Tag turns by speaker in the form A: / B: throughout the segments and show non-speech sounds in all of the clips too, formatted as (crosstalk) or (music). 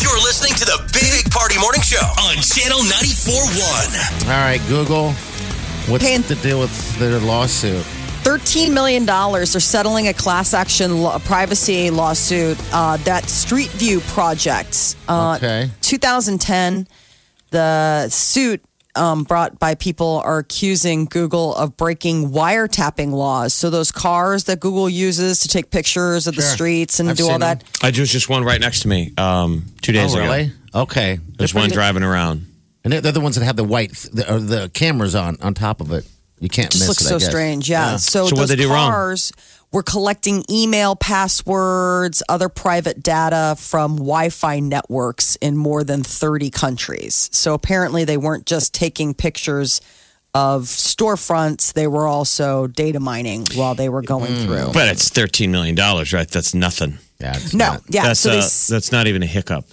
A: You're listening to the Big Party Morning Show on Channel 94.1.
B: All right, Google. What's
C: Paying-
B: the deal with their lawsuit?
C: $13 million. They're settling a class action law, privacy lawsuit. Uh, that Street View project. Uh,
B: Okay.
C: 2010, the suit um, brought by people are accusing Google of breaking wiretapping laws. So those cars that Google uses to take pictures of the
B: Sure.
C: streets and
B: I've
C: do all
B: seen them.
C: that.
D: I there was just one right next to me um, two days
B: oh,
D: ago.
B: really? Okay.
D: There's one driving around.
B: And they're they're the ones that have the white, the, or the cameras on on top of it. You can't
C: just
B: miss
C: looks
B: it. I
C: so
B: guess.
C: strange. Yeah. So,
D: So
C: those
D: what'd they do wrong?
C: cars were collecting email passwords, other private data from Wi-Fi networks in more than 30 countries. So apparently they weren't just taking pictures of storefronts; they were also data mining while they were going through.
D: But it's $13 million, right? That's nothing.
B: Yeah. it's
C: no,
B: not-
C: yeah.
D: That's,
C: So
D: uh,
C: they, s-
D: that's not even a hiccup.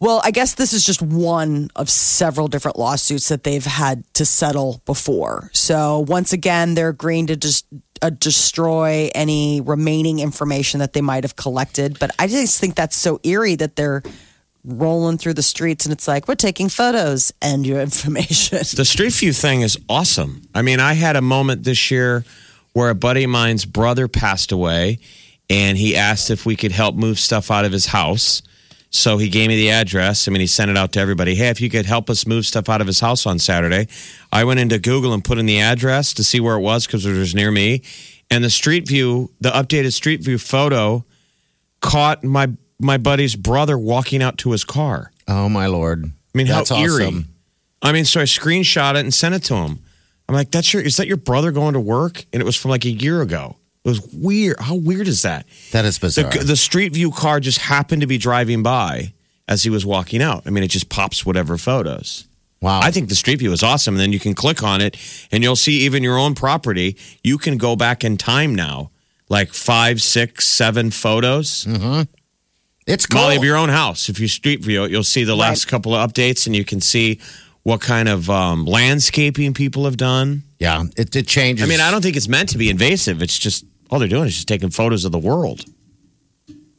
C: well, I guess this is just one of several different lawsuits that they've had to settle before. So once again, they're agreeing to just uh, destroy any remaining information that they might have collected. But I just think that's so eerie that they're rolling through the streets and it's like we're taking photos and your (laughs) information.
D: The Street View thing is awesome. I mean, I had a moment this year where a buddy of mine's brother passed away, and he asked if we could help move stuff out of his house. So he gave me the address. I mean, he sent it out to everybody. Hey, if you could help us move stuff out of his house on Saturday, I went into Google and put in the address to see where it was because it was near me. And the Street View, the updated Street View photo, caught my my buddy's brother walking out to his car.
B: Oh my lord.
D: I mean,
B: that's
D: how eerie.
B: awesome.
D: I mean, so I screenshot it and sent it to him. I'm like, "That's your? Is that your brother going to work?" And it was from like a year ago. It was weird. How weird is that?
B: That is
D: The,
B: bizarre.
D: the Street View car just happened to be driving by as he was walking out. I mean, it just pops whatever photos.
B: wow.
D: I think the Street View is awesome. And then you can click on it, and you'll see even your own property. You can go back in time now, like five, six, seven photos.
B: it's cool.
D: Molly of your own house. If you street view it, you'll see the last couple of updates, and you can see what kind of um, landscaping people have done.
B: yeah. It, it changes.
D: I mean, I don't think it's meant to be invasive. It's just all they're doing is just taking photos of the world.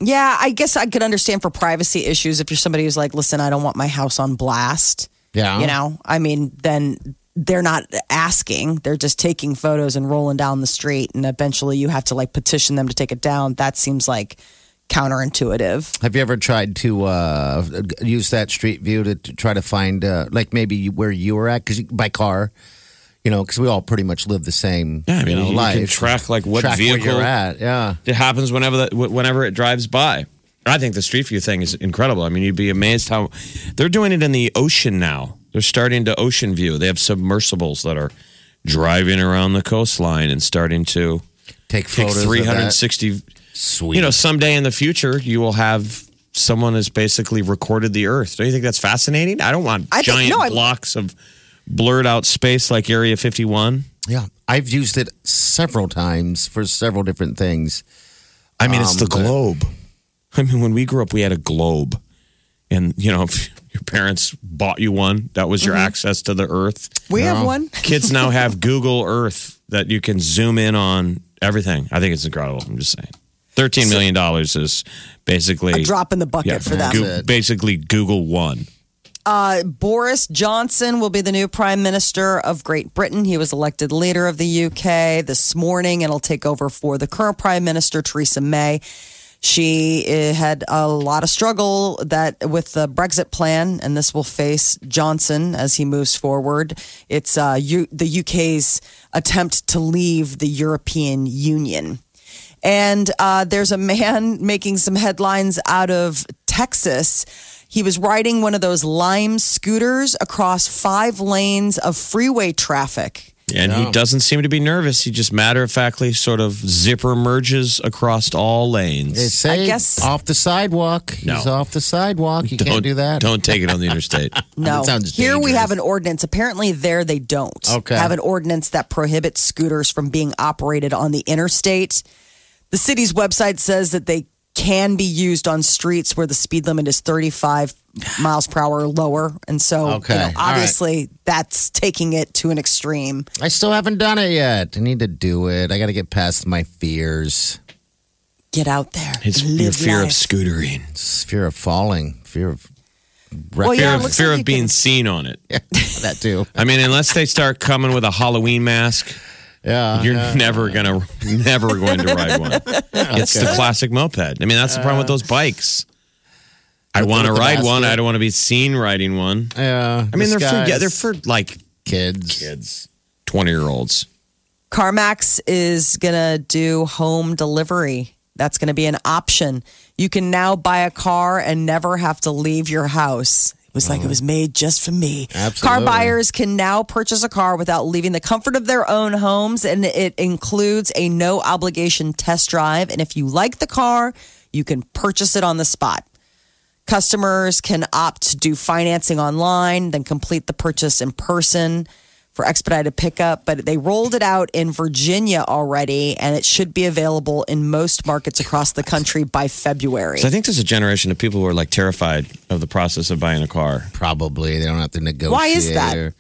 C: yeah, I guess I could understand for privacy issues if you're somebody who's like, listen, I don't want my house on blast.
B: Yeah.
C: you know i mean then they're not asking they're just taking photos and rolling down the street and eventually you have to like petition them to take it down that seems like counterintuitive
B: Have you ever tried to uh, use that street view to, to try to find, uh, like, maybe you- where you were at? Because by car, you know, because we all pretty much live the same.
D: Yeah, I mean,
B: you know,
D: you
B: life.
D: can track, like, what
B: Track
D: vehicle-
B: where you're at. Yeah,
D: It happens whenever that, wh- whenever it drives by. I think the street view thing is incredible. I mean, you'd be amazed how they're doing it in the ocean now. They're starting to ocean view. They have submersibles that are driving around the coastline and starting to
B: take
D: take
B: photos. of that.
D: 360
B: Sweet.
D: you know, someday in the future, you will have someone has basically recorded the Earth. Don't you think that's fascinating? I don't want
C: I
D: giant
C: think- no, I-
D: blocks of blurred out space like Area 51.
B: yeah, I've used it several times for several different things.
D: I mean, it's
B: Um,
D: the
B: but-
D: globe. (laughs) I mean, when we grew up, we had a globe, and you know, (laughs) if your parents bought you one, that was your
C: Mm-hmm.
D: access to the Earth.
C: we have one
D: Kids
C: (laughs)
D: now have Google Earth that you can zoom in on everything. I think it's incredible. I'm just saying. Thirteen million dollars is basically
C: a drop in the bucket for them
D: Goo-
B: That's it.
D: basically, Google one.
C: uh, boris johnson will be the new prime minister of great britain he was elected leader of the uk this morning and will take over for the current prime minister theresa may She eh, had a lot of struggle that with the Brexit plan, and this will face Johnson as he moves forward. It's uh, U- the UK's attempt to leave the European Union. And uh, there's a man (laughs) making some headlines out of Texas. He was riding one of those Lime scooters across five lanes of freeway traffic.
D: And he doesn't seem to be nervous. He just matter of factly sort of zipper merges across all lanes.
B: They say
C: guess-
B: off the sidewalk.
D: No.
B: He's off the sidewalk. You can't do that.
D: Don't take it on
C: (laughs)
D: the interstate.
C: No,
B: That sounds
C: here we
B: dangerous.
C: have an ordinance. Apparently, there they don't
B: Okay.
C: have an ordinance that prohibits scooters from being operated on the interstate. The city's website says that they can be used on streets where the speed limit is 35 miles per hour or lower, and so you
B: Okay.
C: know,
B: All right.
C: obviously that's taking it to an extreme.
B: I still haven't done it yet. I need to do it. I got to get past my fears.
C: Get out there.
D: It's
C: and
D: your
C: live
D: fear of
C: life.
D: scootering.
B: It's fear of falling. Fear of.
C: Well, yeah,
D: fear
C: it
D: of,
C: looks
D: fear
C: like
D: of
C: you
D: being
C: can-
D: seen on it.
B: that too.
D: I mean, unless they start coming with a Halloween mask,
C: Uh-huh.
B: Yeah.
D: you're never gonna, never going to
C: (laughs)
D: ride one. It's the classic moped. I mean, that's the problem with those
C: Uh,
D: bikes. I want to
B: with the
D: ride one.
B: basket.
D: I don't want to be seen riding one.
B: Yeah.
D: I mean, they're for, yeah,
B: disguise.
D: they're for like
B: kids.
D: kids, twenty year olds.
C: CarMax is going to do home delivery. That's going to be an option. You can now buy a car and never have to leave your house. It was like it was made just for me. Car
B: Absolutely.
C: buyers can now purchase a car without leaving the comfort of their own homes, and it includes a no obligation test drive. And if you like the car, you can purchase it on the spot. Customers can opt to do financing online, then complete the purchase in person for expedited pickup. But they rolled it out in Virginia already, and it should be available in most markets across the country by February.
D: So I think there's a generation of people who are like terrified of the process of buying a car.
B: Probably they don't have to negotiate.
C: Why is that?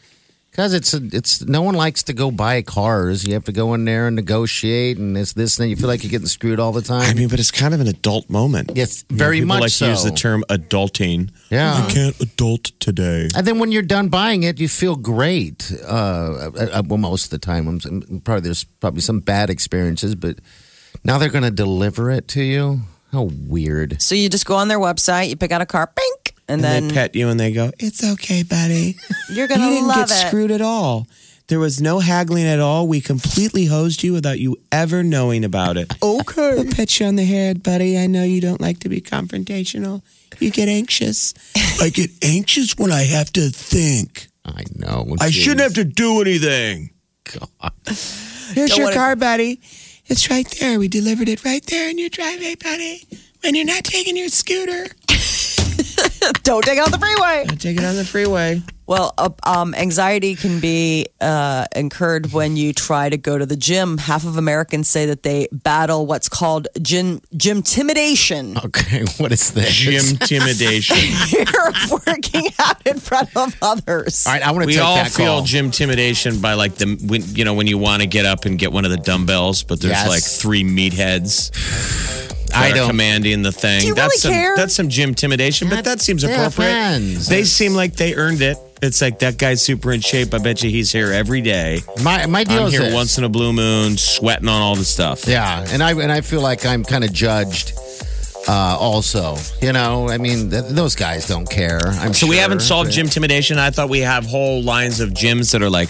B: Because it's a, it's no one likes to go buy cars. You have to go in there and negotiate and this this and that. You feel like you're getting screwed all the time.
D: I mean, but it's kind of an adult moment.
B: Yes,
D: You know,
B: very
D: people
B: much
D: like to use
B: so.
D: the term adulting.
B: Yeah.
D: You can't adult today.
B: and then when you're done buying it, you feel great. Uh, uh, well, most of the time, I'm, I'm probably there's probably some bad experiences, but now they're going to deliver it to you. How weird!
C: So you just go on their website, you pick out a car, bink, and,
D: And
C: then
D: they pet you and they go, "It's okay, (laughs) buddy.
C: you're
D: you
C: gonna
D: didn't
C: love
D: get
C: it.
D: screwed at all. There was no haggling at all. We completely hosed you without you ever knowing about it.
C: Okay.
D: We'll pet you on the head, buddy. I know you don't like to be confrontational. You get anxious.
E: I get anxious when I have to think.
B: I know.
E: I shouldn't have to do anything.
D: Here's
C: Don't
D: your
C: wanna-
D: car, buddy.
E: It's right there. We delivered it right there in your driveway, buddy. When you're not taking your scooter,
C: Don't take it on the freeway.
D: Take it on the freeway.
C: Well, uh, um, anxiety can be uh, incurred when you try to go to the gym. Half of Americans say that they battle what's called gym gymtimidation.
B: (laughs) Okay, what is this?
D: Gym (laughs) intimidation.
C: Fear of (laughs) working out in front of others.
B: All right, I want to
D: we
B: take
D: all
B: that
D: feel
B: call.
D: gym intimidation by like the when you know when you want to get up and get one of the dumbbells, but there's
B: Yes.
D: like three meatheads. that
B: I
D: are
B: don't-
D: commanding the thing.
C: Do you
D: that's
C: really
D: some,
C: care?
D: That's some gym intimidation, but that seems
B: They're
D: appropriate.
B: friends.
D: They seem like they earned it. It's like that guy's super in shape. I bet you he's here every day.
B: my my deal
D: I'm
B: is
D: here
B: this.
D: once in a blue moon, sweating on all the stuff.
B: Yeah, and I and I feel like I'm kind of judged. Uh, also, you know, I mean, th- those guys don't care. I'm
D: So we
B: sure.
D: haven't solved gym intimidation. I thought we have whole lines of gyms that are like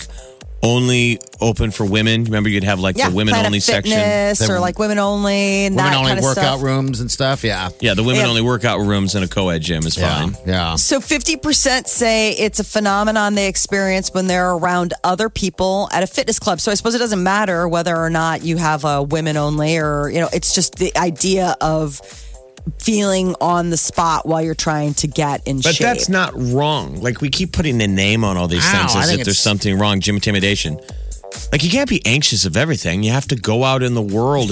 D: only open for women. Remember, you'd have like the women
C: Planet
D: only section.
C: Fitness or like women only and
B: women
C: that
B: only
C: kind of
B: workout
C: stuff.
B: rooms and stuff. Yeah,
D: Yeah, the women
C: Yeah.
D: only workout rooms in a co ed gym is
B: yeah,
D: fine.
B: yeah.
C: So 50% say it's a phenomenon they experience when they're around other people at a fitness club. So I suppose it doesn't matter whether or not you have a women only or, you know, it's just the idea of feeling on the spot while you're trying to get in
D: But
C: shape.
D: that's not wrong. Like we keep putting a name on all these
B: Ow,
D: things
B: I
D: as
B: think
D: if there's
B: it's-
D: something wrong. Gym intimidation. Like you can't be anxious of everything. You have to go out in the world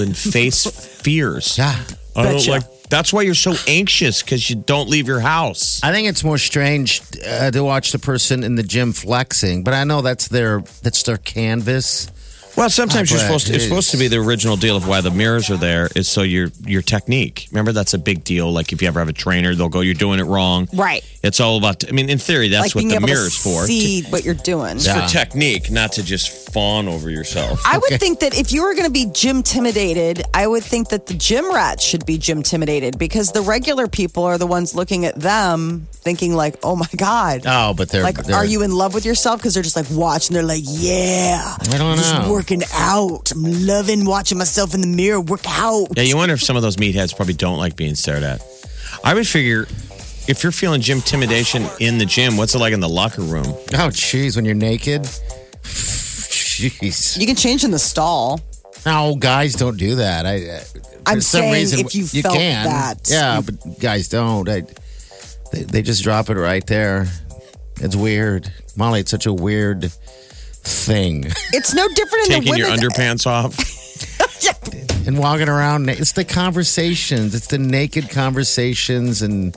C: (laughs)
D: and face fears.
B: Yeah.
D: I don't
C: Betcha.
D: like. That's why you're so anxious because you don't leave your house.
B: I think it's more strange uh, to watch the person in the gym flexing, but I know that's their that's their canvas.
D: Well, sometimes
B: Ah, Brad,
D: you're supposed to. It's
B: geez.
D: supposed to be the original deal of why the mirrors are there is so your your technique. Remember that's a big deal. Like if you ever have a trainer, they'll go, "You're doing it wrong."
C: Right.
D: It's all about. I mean, in theory,
C: like
D: that's
C: being
D: what the
C: able
D: mirrors
C: to
D: for.
C: see what you're doing.
D: It's for technique, not to just fawn over yourself.
C: I would think that if you were going to be gym intimidated, I would think that the gym rats should be gym intimidated because the regular people are the ones looking at them thinking like, "Oh my god."
B: Oh, but they're
C: like,
B: they're-
C: are you in love with yourself? Because they're just like watching. They're like, yeah,
B: I don't
C: I'm just
B: know.
C: working out. I'm loving watching myself in the mirror work out.
D: Yeah, you wonder if some of those meatheads probably don't like being stared at. I would figure if you're feeling gym intimidation in the gym, what's it like in the locker room?
B: Oh, jeez, when you're naked. Jeez.
C: You can change in the stall.
B: No, guys don't do that. I. I-
C: I'm
B: for some
C: saying
B: reason,
C: if you felt
B: can.
C: that,
B: yeah, but guys don't. I, they they just drop it right there. It's weird, Molly. It's such a weird thing. (laughs)
C: It's no different in the
D: Taking your
C: women's.
D: underpants off.
C: (laughs)
B: and walking around, na- it's the conversations. It's the naked conversations, and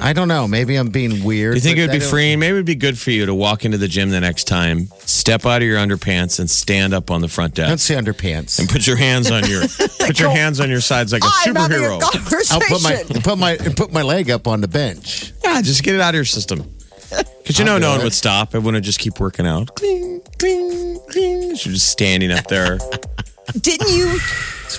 B: I don't know. Maybe I'm being weird.
D: You think it
B: but
D: would be
B: I don't-
D: freeing? Maybe it would be good for you to walk into the gym the next time, step out of your underpants, and stand up on the front
B: I don't
D: desk.
B: see underpants.
D: Put your hands on
C: (laughs)
D: your put your hands on your sides like a
C: I'm having a
D: superhero. (laughs)
C: conversation.
B: I'll put my (laughs) put my put my leg up on the bench.
D: Yeah, just get it out of
B: (laughs)
D: your system. Because you know
B: I'll do
D: no one
B: it.
D: would stop. Everyone would just keep working out. Cling, cling, cling. You're just standing up
B: (laughs)
D: there.
C: didn't you,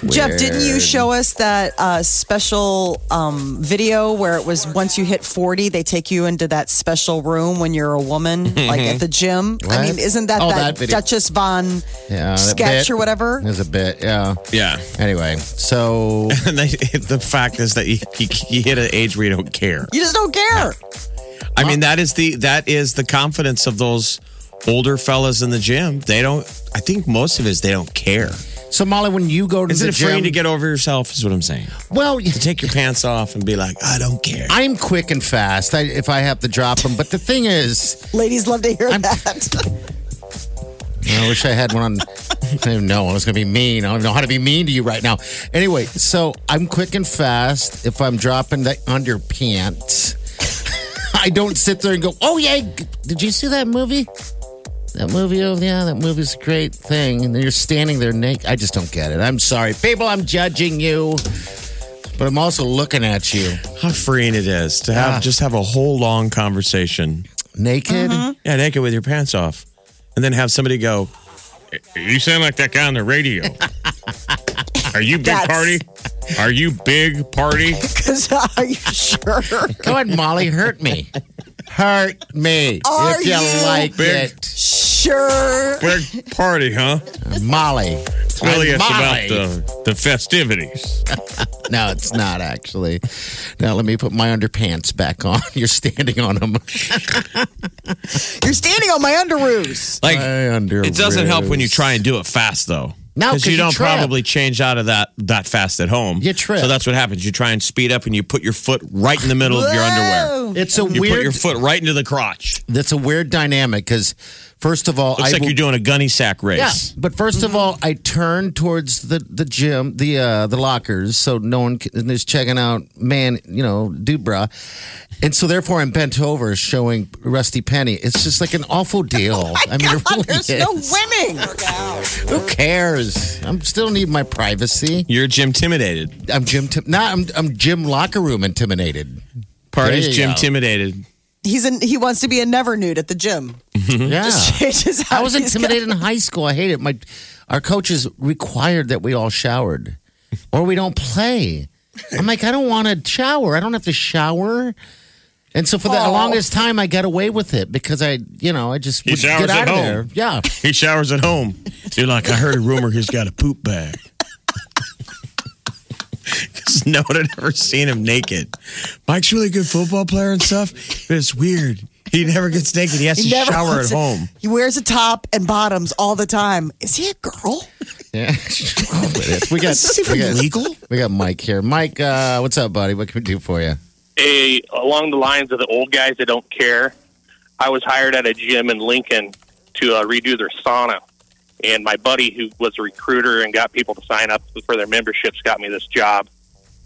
C: Jeff? Didn't you show us that uh, special um, video where it was once you hit forty, they take you into that special room when you're a woman, like at the gym? I
B: Mm-hmm. What?
C: mean, isn't that
B: Oh,
C: that,
B: that video.
C: Duchess von
B: Yeah, that
C: sketch
B: bit.
C: or whatever?
B: There's a bit, yeah.
D: Yeah. (laughs)
B: Anyway, so
D: And they, the fact is that you, you, you hit an age where you don't care.
C: You just don't care.
D: I mean, that is the that is the confidence of those older fellas in the gym. They don't. I think most of it is they don't care.
B: so Molly, when you go to
D: Is
B: the
D: it
B: gym,
D: freeing to get over yourself? Is what I'm saying.
B: well,
D: To take your pants off and be like, I don't care.
B: I'm quick and fast. I, if I have to drop them, but the thing is,
C: Ladies love to hear that.
B: (laughs)
C: (laughs)
B: I wish I had one. on (laughs) I didn't know I was going to be mean. I don't know how to be mean to you right now. Anyway, so I'm quick and fast. If I'm dropping the underpants, (laughs) I don't sit there and go, "Oh yeah, did you see that movie?" That movie, oh yeah, that movie's a great thing. And then you're standing there naked. I just don't get it. I'm sorry, people. I'm judging you, but I'm also looking at you
D: How freeing it is to have just have a whole long conversation.
B: naked.
C: Mm-hmm.
D: Yeah, naked with your pants off, and then have somebody go. You sound like that guy on the radio.
B: (laughs)
D: Are you big
C: That's- Party?
D: Are you big party?
C: Because are you sure?
B: Go ahead, Molly. Hurt me. Hurt me.
C: Are
B: if you,
C: you
B: like
D: big?
B: it.
C: sure.
D: Big party, huh?
B: Molly.
D: Really, it's
B: Molly.
D: about the, the festivities.
B: No, it's not actually. Now let me put my underpants back on. (laughs) You're standing on them.
C: You're standing on my underoos.
D: Like,
B: My under
D: it doesn't help when you
B: ribs.
D: try and do it fast, though.
B: No, 'cause
D: you
B: you
D: don't
B: trip.
D: probably change out of that that fast at home.
B: You trip.
D: So that's what happens. You try and speed up, and you put your foot right in the middle of your underwear.
B: It's a
D: You put your
B: weird.
D: foot right into the crotch.
B: That's a weird dynamic because, first of all,
D: Looks
B: I
D: like
B: will-
D: you're doing a gunny sack
B: Yeah,
D: race.
B: but 1st of all, I turn towards the the gym, the uh, the lockers, so no one can- is checking out man, you know, dude, bra, and so therefore I'm bent over, showing rusty penny. It's just like an
D: (laughs)
B: awful deal.
D: Oh
B: I mean, it really
C: There's
B: is.
C: no winning.
B: Who cares? I'm still need my privacy.
D: You're gym intimidated.
B: I'm gym. Tim- nah, I'm I'm gym locker room intimidated.
D: Party's
B: There you
D: gym
B: go.
D: intimidated.
C: He's in, he wants to be a never nude at the gym.
D: Mm-hmm.
B: Yeah.
C: (laughs) Changes how
B: I
D: (laughs)
B: was
C: he's
B: intimidated in high school. I hate it. My our coaches required that we all showered, or we don't play. I'm like, I don't want to shower. I don't have to shower. And so for the
C: Aw.
B: longest time, I got away with it because I, you know, I just would
D: showers
B: get out
D: at
B: of
D: home.
B: there.
D: (laughs)
B: Yeah,
D: He showers at home. You're like, I heard a rumor he's got a poop bag. (laughs) Because no one had ever seen him naked. Mike's a really good football player and stuff, but it's weird. He never gets naked. He has
C: He
D: to (laughs)
C: never
D: shower
C: wants
D: at
C: to-
D: home.
C: He wears a top and bottoms all the time. Is he a girl?
B: yeah. (laughs) we got we got,
D: legal?
B: we got Mike here. Mike, uh, what's up, buddy? What can we do for you?
F: a along the lines of the old guys that don't care. I was hired at a gym in Lincoln to uh, redo their sauna, and my buddy, who was a recruiter and got people to sign up for their memberships, got me this job.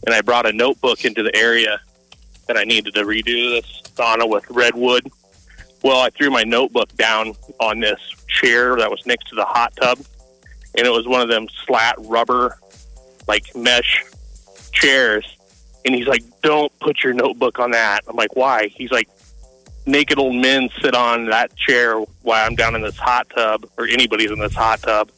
F: And I brought a notebook into the area that I needed to redo this sauna with redwood. Well, I threw my notebook down on this chair that was next to the hot tub, and it was one of them slat rubber, like mesh chairs. And he's like, "Don't put your notebook on that." I'm like, "Why?" He's like, "Naked old men sit on that chair while I'm down in this hot tub, or anybody's in this hot tub,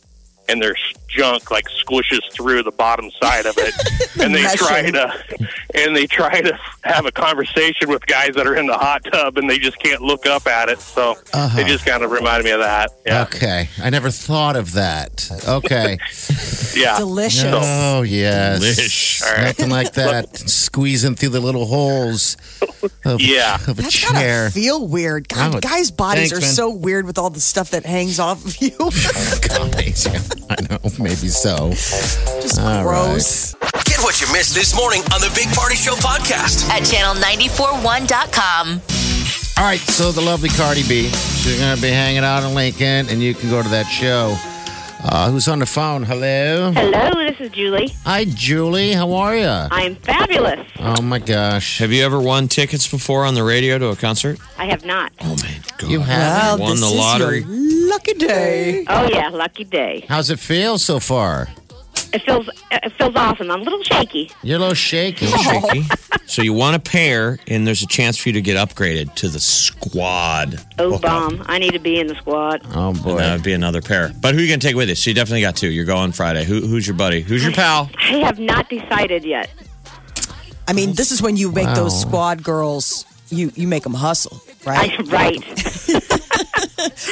F: and their junk like squishes through the bottom side of it, and they try
C: Meshing.
F: to, and they try to have a conversation with guys that are in the hot tub, and they just can't look up at it. So it just kind of reminded me of that. Yeah,
B: Okay, I never thought of that.
D: (laughs)
B: Okay.
F: yeah.
C: Delicious.
B: Oh yes,
D: Delish.
B: nothing like that. Squeezing through the little holes. of,
F: Yeah.
B: of a
G: That's
B: chair. (laughs)
C: (laughs)
G: gotta feel weird. God,
B: Oh,
G: guys' bodies
B: thanks,
G: are
B: man.
G: so weird with all the stuff that hangs off of
C: (laughs)
G: you.
B: Guys, yeah, I know, maybe so.
G: Just
B: All
G: gross.
A: Get what you missed this morning on the Big Party Show podcast.
H: at channel941.com.
B: All right, so the lovely Cardi B, she's going to be hanging out in Lincoln, and you can go to that show. Uh, who's on the phone? Hello.
I: Hello, this is Julie.
B: Hi, Julie. How are you?
I: I'm fabulous.
B: Oh my gosh,
D: Have you ever won tickets before on the radio to a concert?
I: I have not.
D: Oh man, God.
B: you have.
C: Well,
D: won
C: Oh, this
D: the
C: is
D: lottery.
C: your lucky day.
I: Oh yeah, lucky day.
B: How's it feel so far?
I: It feels it feels awesome. I'm a little shaky.
B: You're a little shaky.
D: Shaky. so you want a pair, and there's a chance for you to get upgraded to the squad.
I: Oh
D: Hook up.
I: bomb! I need to be in the squad.
B: Oh
D: And that
B: boy.
D: would be another pair. But who you gonna take with you? So you definitely got two. You're going Friday. Who, who's your buddy? Who's your pal?
I: I have not decided yet. (laughs)
C: I mean, this is when you make those
B: Wow.
C: squad girls. You you make them hustle, right?
I: I, right?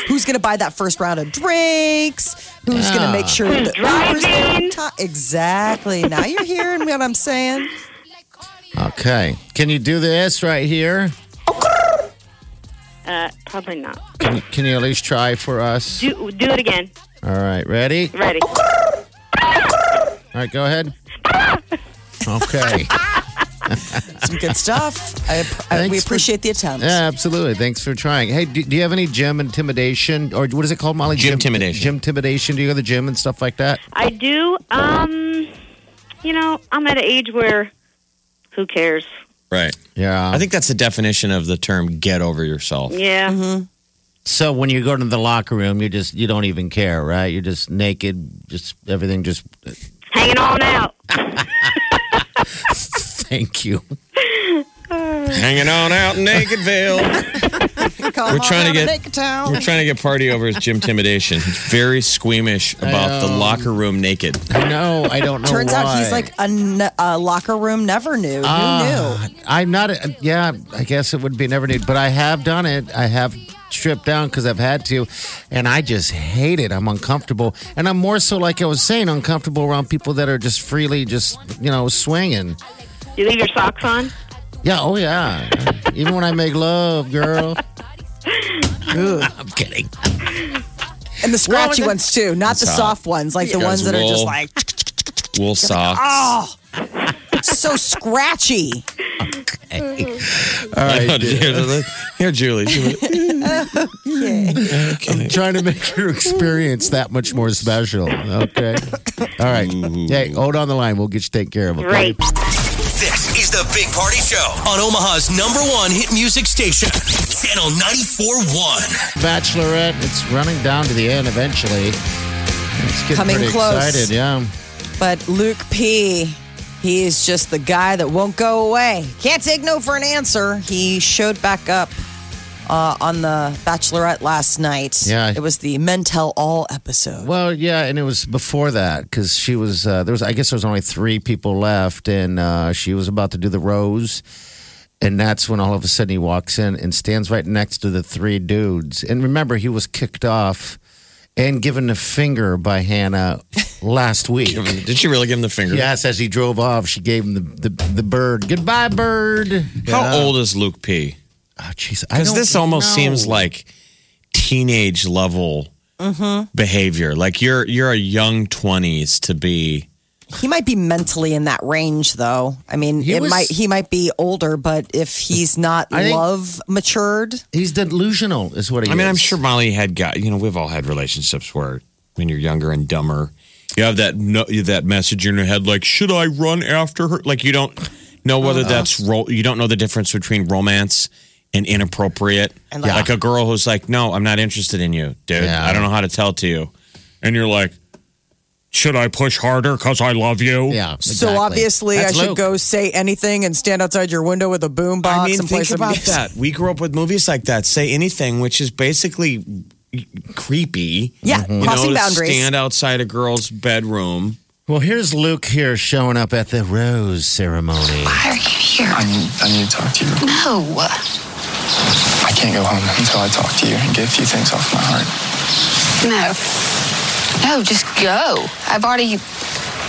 C: Who's going to buy that first round of drinks? Who's going to make sure
I: Who's
C: that the Ubers there on
I: driving?
C: time? Exactly. Now you're hearing what I'm saying.
B: Okay. Can you do this right here?
I: Uh, probably not.
B: Can you, can you at least try for us?
I: Do do it again.
B: All right. Ready? All
I: Ready?
B: right. Go ahead.
C: (laughs)
B: Okay.
C: Some good stuff. I, I, we
B: Thanks for-
C: appreciate the attempt.
B: Yeah, absolutely. Thanks for trying. Hey, do, do you have any gym intimidation or what is it called, Molly?
D: Gym intimidation.
B: Gym intimidation. Do you go to the gym and stuff like that?
I: I do. Um, you know, I'm at an age where who cares?
D: Right.
B: Yeah.
D: I think that's the definition of the term "get over
I: (laughs)
D: yourself."
I: Yeah.
B: so. When you go to the locker room, you just you don't even care, right? You're just naked, just everything. Just (laughs)
I: Hanging on out.
B: thank you.
D: Hanging on out in Nakedville.
C: Come
D: We're
C: on
D: trying to
C: down
D: get-
C: Nick Town.
D: We're trying to get party over with Jim Intimidation. He's very squeamish about the locker room naked.
B: I know. I don't know.
C: Turns out he's
B: why.
C: like a, n- a locker room never knew. Who
B: Ah,
C: knew?
B: I'm not. Yeah, I guess it would be never nude, but I have done it. I have stripped down because I've had to, and I just hate it. I'm uncomfortable, and I'm more so like I was saying, uncomfortable around people that are just freely just you know swinging.
I: You leave your socks on.
B: Yeah. Oh yeah. Even when I make love, girl. (laughs) I'm kidding.
C: And the scratchy
B: Well,
C: ones too, not the soft ones, like the
D: You guys
C: ones that are just
D: roll.
C: like
B: (laughs)
D: Wool socks.
B: Ah!
C: oh, so scratchy.
B: All right.
D: (laughs) here, here, Julie. She went, okay.
B: Trying to make your experience that much more special. Okay. Mm-hmm. All right. Hey, hold on the line. We'll get you taken care of. Okay.
I: Great.
A: This is the Big Party Show on Omaha's number one hit music station, Channel 94.1.
B: Bachelorette. It's running down to the end eventually. It's getting
C: Coming
B: pretty
C: close.
B: excited, yeah.
C: But Luke P, he is just the guy that won't go away. Can't take no for an answer. He showed back up uh, on the Bachelorette last night.
B: Yeah.
C: it was the Men Tell All episode.
B: Well, yeah, and it was before that because she was uh, there was I guess there was only three people left, and uh, she was about to do the rose, and that's when all of a sudden he walks in and stands right next to the three dudes, and remember he was kicked off and given the finger by
C: (laughs)
B: Hannah last week.
D: Did she really give him the finger?
B: Yes, as he drove off, she gave him the, the, the bird. Goodbye, bird.
D: How old is Luke P?
B: Oh, jeez. I
D: Because
B: don't
D: this almost
B: know.
D: seems like teenage level
B: Mm-hmm.
D: behavior. Like you're you're a young twenties to be.
C: He might be mentally in that range, though. I mean,
B: He
C: it
B: was-
C: might he might be older, but if he's not
B: I think-
C: love matured,
B: He's delusional, is what he
D: I mean,
B: is.
D: I'm sure Molly had got. You know, we've all had relationships where when you're younger and dumber, you have that no, that message in your head like, should I run after her? Like you don't know whether
C: Uh-uh.
D: that's ro- you don't know the difference between romance and inappropriate.
C: And
D: like,
C: like-
D: a girl who's like, no, I'm not interested in you, dude.
B: Yeah.
D: I don't know how to tell it to you, and you're like. Should I push harder because I love you?
B: Yeah.
C: so
B: exactly.
C: obviously
B: That's
C: I should
B: Luke.
C: go say anything and stand outside your window with a boom box
D: I mean,
C: and play
D: think
C: some
D: about
C: music.
D: that. We grew up with movies like that. Say anything, which is basically creepy.
C: Yeah,
D: Mm-hmm. You
C: crossing
D: know, to
C: boundaries.
D: Stand outside a girl's bedroom.
B: Well, here's Luke here showing up at the rose ceremony.
D: Ah,
H: Why are you here?
E: I need, I need to talk to you.
H: No.
E: I can't go home until I talk to you and get a few things off my heart.
H: No. No, just go. I've already.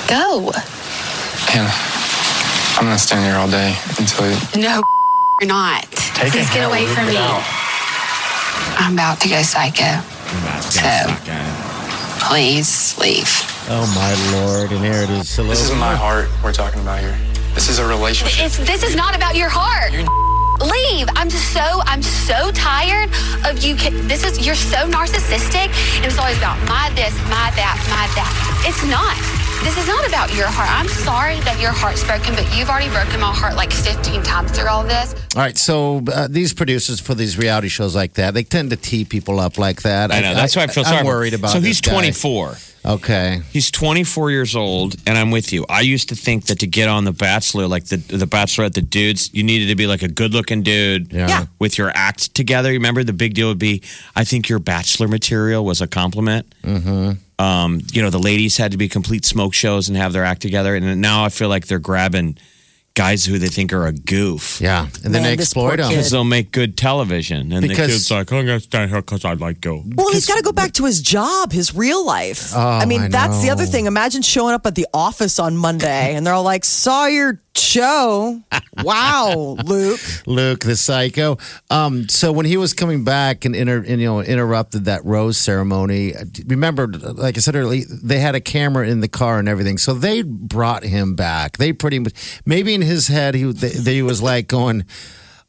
H: Go.
E: Hannah, I'm gonna stand here all day until you.
H: No. You're not.
J: Take
H: Please
J: it
H: get
J: out,
H: away
J: rip
H: from
J: it
H: me.
J: out.
H: I'm about to go psycho. So, please leave.
B: eh? Oh my lord! And there it is. Hello.
J: This is my heart we're talking about here. This is a relationship.
H: It's, this is not about your heart. Leave. I'm just so I'm so tired of you. ca- This is you're so narcissistic, and it's always about my this, my that, my that. It's not. This is not about your heart. I'm sorry that your heart's broken, but you've already broken my heart like 15 times through all this.
B: All right, so uh, these producers for these reality shows like that, they tend to tee people up like that.
D: I know. That's why I feel
B: I'm
D: sorry. for-
B: worried about.
D: So
B: this
D: he's
B: guy.
D: 24.
B: Okay.
D: He's 24 years old, and I'm with you. I used to think that to get on The Bachelor, like the the Bachelorette, the dudes, you needed to be like a good looking dude
B: Yeah.
D: with your act together. You Remember, the big deal would be, I think your Bachelor material was a compliment.
B: Mm-hmm.
D: Um, you know, the ladies had to be complete smoke shows and have their act together. And now I feel like they're grabbing guys who they think are a goof.
B: Yeah, and then Man, they this poor exploit 'em. kid.
D: because they'll make good television. And
B: Because-
D: the kid's like, "Oh, I'm gonna stay here because I like you.
C: Well, he's got to go back to his job, his real life.
D: Oh,
C: I mean,
D: I
C: that's the other
D: know.
C: thing. Imagine showing up at the office on Monday and they're all like, saw your
D: (laughs)
C: show. Wow, Luke.
B: Luke the psycho. Um, so when he was coming back and, inter, and you know interrupted that rose ceremony, remember, like I said earlier, they had a camera in the car and everything, so they brought him back. They pretty much maybe in his head he they, they was like going.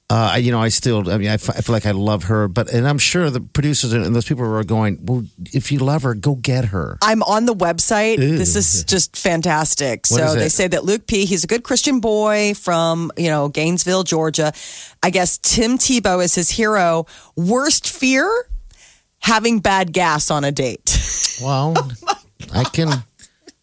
B: Uh, I- you know, I still, I mean, I, f- I feel like I love her, but, and I'm sure the producers and those people are going, well, if you love her, go get her.
C: I'm on the website.
B: Ew.
C: This is just fantastic.
B: What
C: so
B: is it?
C: they say that Luke P, he's a good Christian boy from, you know, Gainesville, Georgia. I guess Tim Tebow is his hero. Worst fear? Having bad gas on a date. (laughs)
B: Well, I can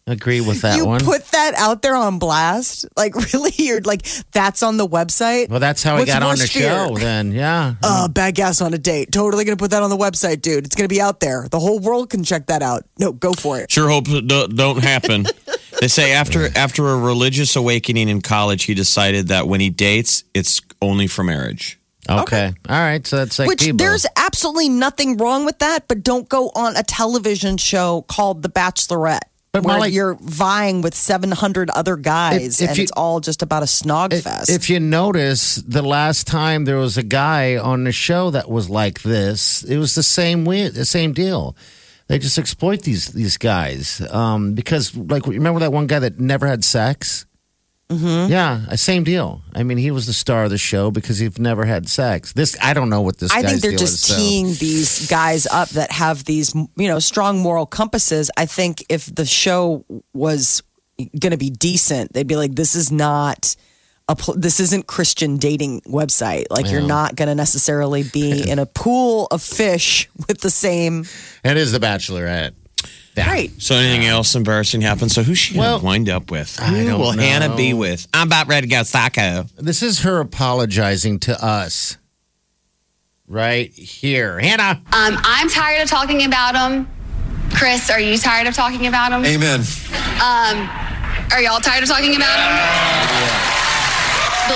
B: agree with that
C: Oh you
B: one.
C: put that out there on blast? (laughs) Like, really? You're like, that's on the website?
B: well, that's how I
C: What's
B: got on the
C: worst fear?
B: show then. Yeah.
C: Uh, bad gas on a date. Totally going to put that on the website, dude. It's going to be out there. The whole world can check that out. No, go for it.
D: Sure hope it do- don't happen. they say after after a religious awakening in college, he decided that when he dates, it's only for marriage.
B: Okay. All right. So that's like
C: Which
B: Tebow.
C: there's absolutely nothing wrong with that, but don't go on a television show called The Bachelorette.
B: But
C: where
B: Molly-
C: you're vying with 700 other guys,
B: If- if
C: and
B: you-
C: it's all just about a snog fest.
B: If you notice, the last time there was a guy on the show that was like this, it was the same way, the same deal. They just exploit these these guys um, because, like, remember that one guy that never had sex? Mm-hmm. Yeah, uh, same deal. I mean, he was the star of the show because he've never had sex. This I don't know what this.
C: I
B: guy's
C: think they're
B: deal
C: just
B: is, so-
C: teeing these guys up that have these, you know, strong moral compasses. I think if the show was going to be decent, they'd be like, "This is not a pl- this isn't Christian dating website. Like, you're
B: Yeah.
C: not going to necessarily be in a pool of fish with the same."
B: It is the Bachelorette.
C: Right.
D: So anything else embarrassing happened? So who's she gonna wind up with?
B: I
D: Who
B: don't
D: will
B: know.
D: Hannah be with? I'm about ready to go psycho.
B: This is her apologizing to us, right here, Hannah.
H: Um, I'm tired of talking about him. Chris, are you tired of talking about him?
B: Amen.
H: Um, are y'all tired of talking about him?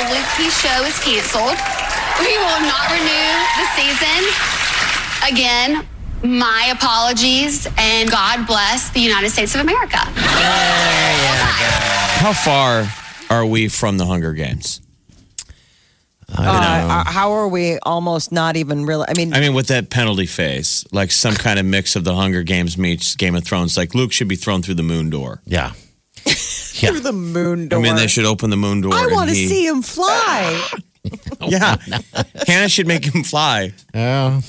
H: The Luke P show is canceled. We will not renew the season. Again, my apologies and God bless the United States of America.
D: How far are we from the Hunger Games?
C: Uh, how are we almost not even really? I mean,
D: I mean, with that penalty phase, like some kind of mix of the Hunger Games meets Game of Thrones. Like Luke should be thrown through the moon door.
B: Yeah.
C: through the moon door.
D: I mean, they should open the moon door.
C: I
D: and
C: want to
D: he-
C: see him fly.
D: (laughs)
B: (laughs)
D: Yeah, Hannah should make him fly.
B: Yeah. Wow.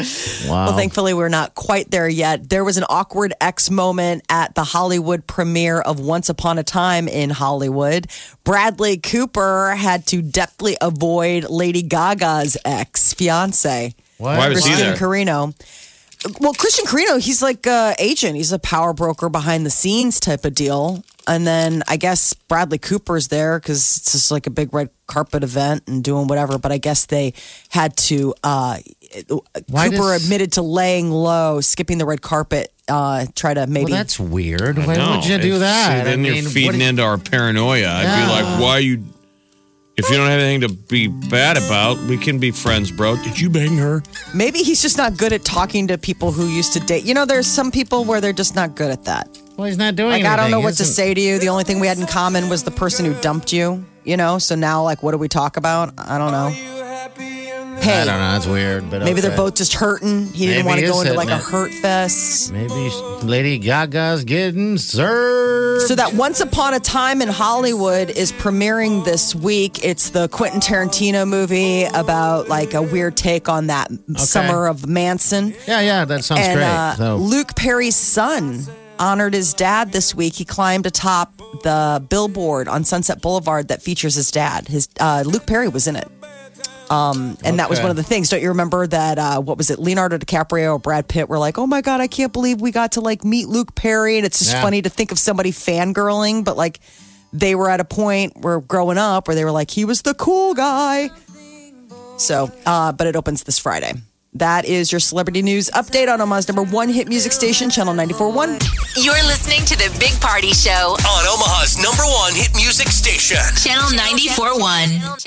D: Oh.
C: Well, thankfully, we're not quite there yet. There was an awkward ex moment at the Hollywood premiere of Once Upon a Time in Hollywood. Bradley Cooper had to deftly avoid Lady Gaga's ex fiance,
D: What? Why was he
C: Christine
D: there?
C: Carino. Well, Christian Carino, he's like a agent. He's a power broker behind the scenes type of deal. And then I guess Bradley Cooper's there because it's just like a big red carpet event and doing whatever. But I guess they had to. Uh,
B: Why
C: Cooper
B: does-
C: admitted to laying low, skipping the red carpet. Uh, try to maybe.
B: Well, that's weird.
D: I
B: Why
D: know.
B: would you
D: If-
B: do that?
D: See, then
B: I
D: you're
B: mean,
D: feeding
B: what-
D: into our paranoia. I'd be like, why you? If you don't have anything to be bad about, we can be friends, bro. Did you bang her?
C: maybe he's just not good at talking to people who used to date. You know, there's some people where they're just not good at that.
B: Well, he's not doing
C: like, I don't know
B: anything,
C: what to
B: isn't-
C: say to you. The only thing we had in common was the person who dumped you, you know? So now, like, what do we talk about? I don't know.
B: I don't know. That's weird. But
C: Maybe they're
B: okay.
C: both just hurting. He
B: Maybe
C: didn't want to
B: he is
C: go into like a
B: hitting it.
C: hurt fest.
B: Maybe Lady Gaga's getting served.
C: So that Once Upon a Time in Hollywood is premiering this week. It's the Quentin Tarantino movie about like a weird take on that summer of Manson.
B: Yeah, yeah, that sounds
C: and,
B: great.
C: uh,
B: So-
C: Luke Perry's son honored his dad this week. He climbed atop the billboard on Sunset Boulevard that features his dad. His uh, Luke Perry was in it. Um, and that was
K: Okay.
C: one of the things. Don't you remember that? Uh, what was it? Leonardo DiCaprio or Brad Pitt were like, "Oh my god, I can't believe we got to like meet Luke Perry," and it's just
K: Yeah.
C: funny to think of somebody fangirling, but like they were at a point where growing up where they were like, "He was the cool guy." So, uh, but it opens this Friday. That is your celebrity news update on Omaha's number one hit music station, Channel 94.1.
L: You're listening to the Big Party Show
A: On Omaha's number one hit music station.
L: Channel 94.1.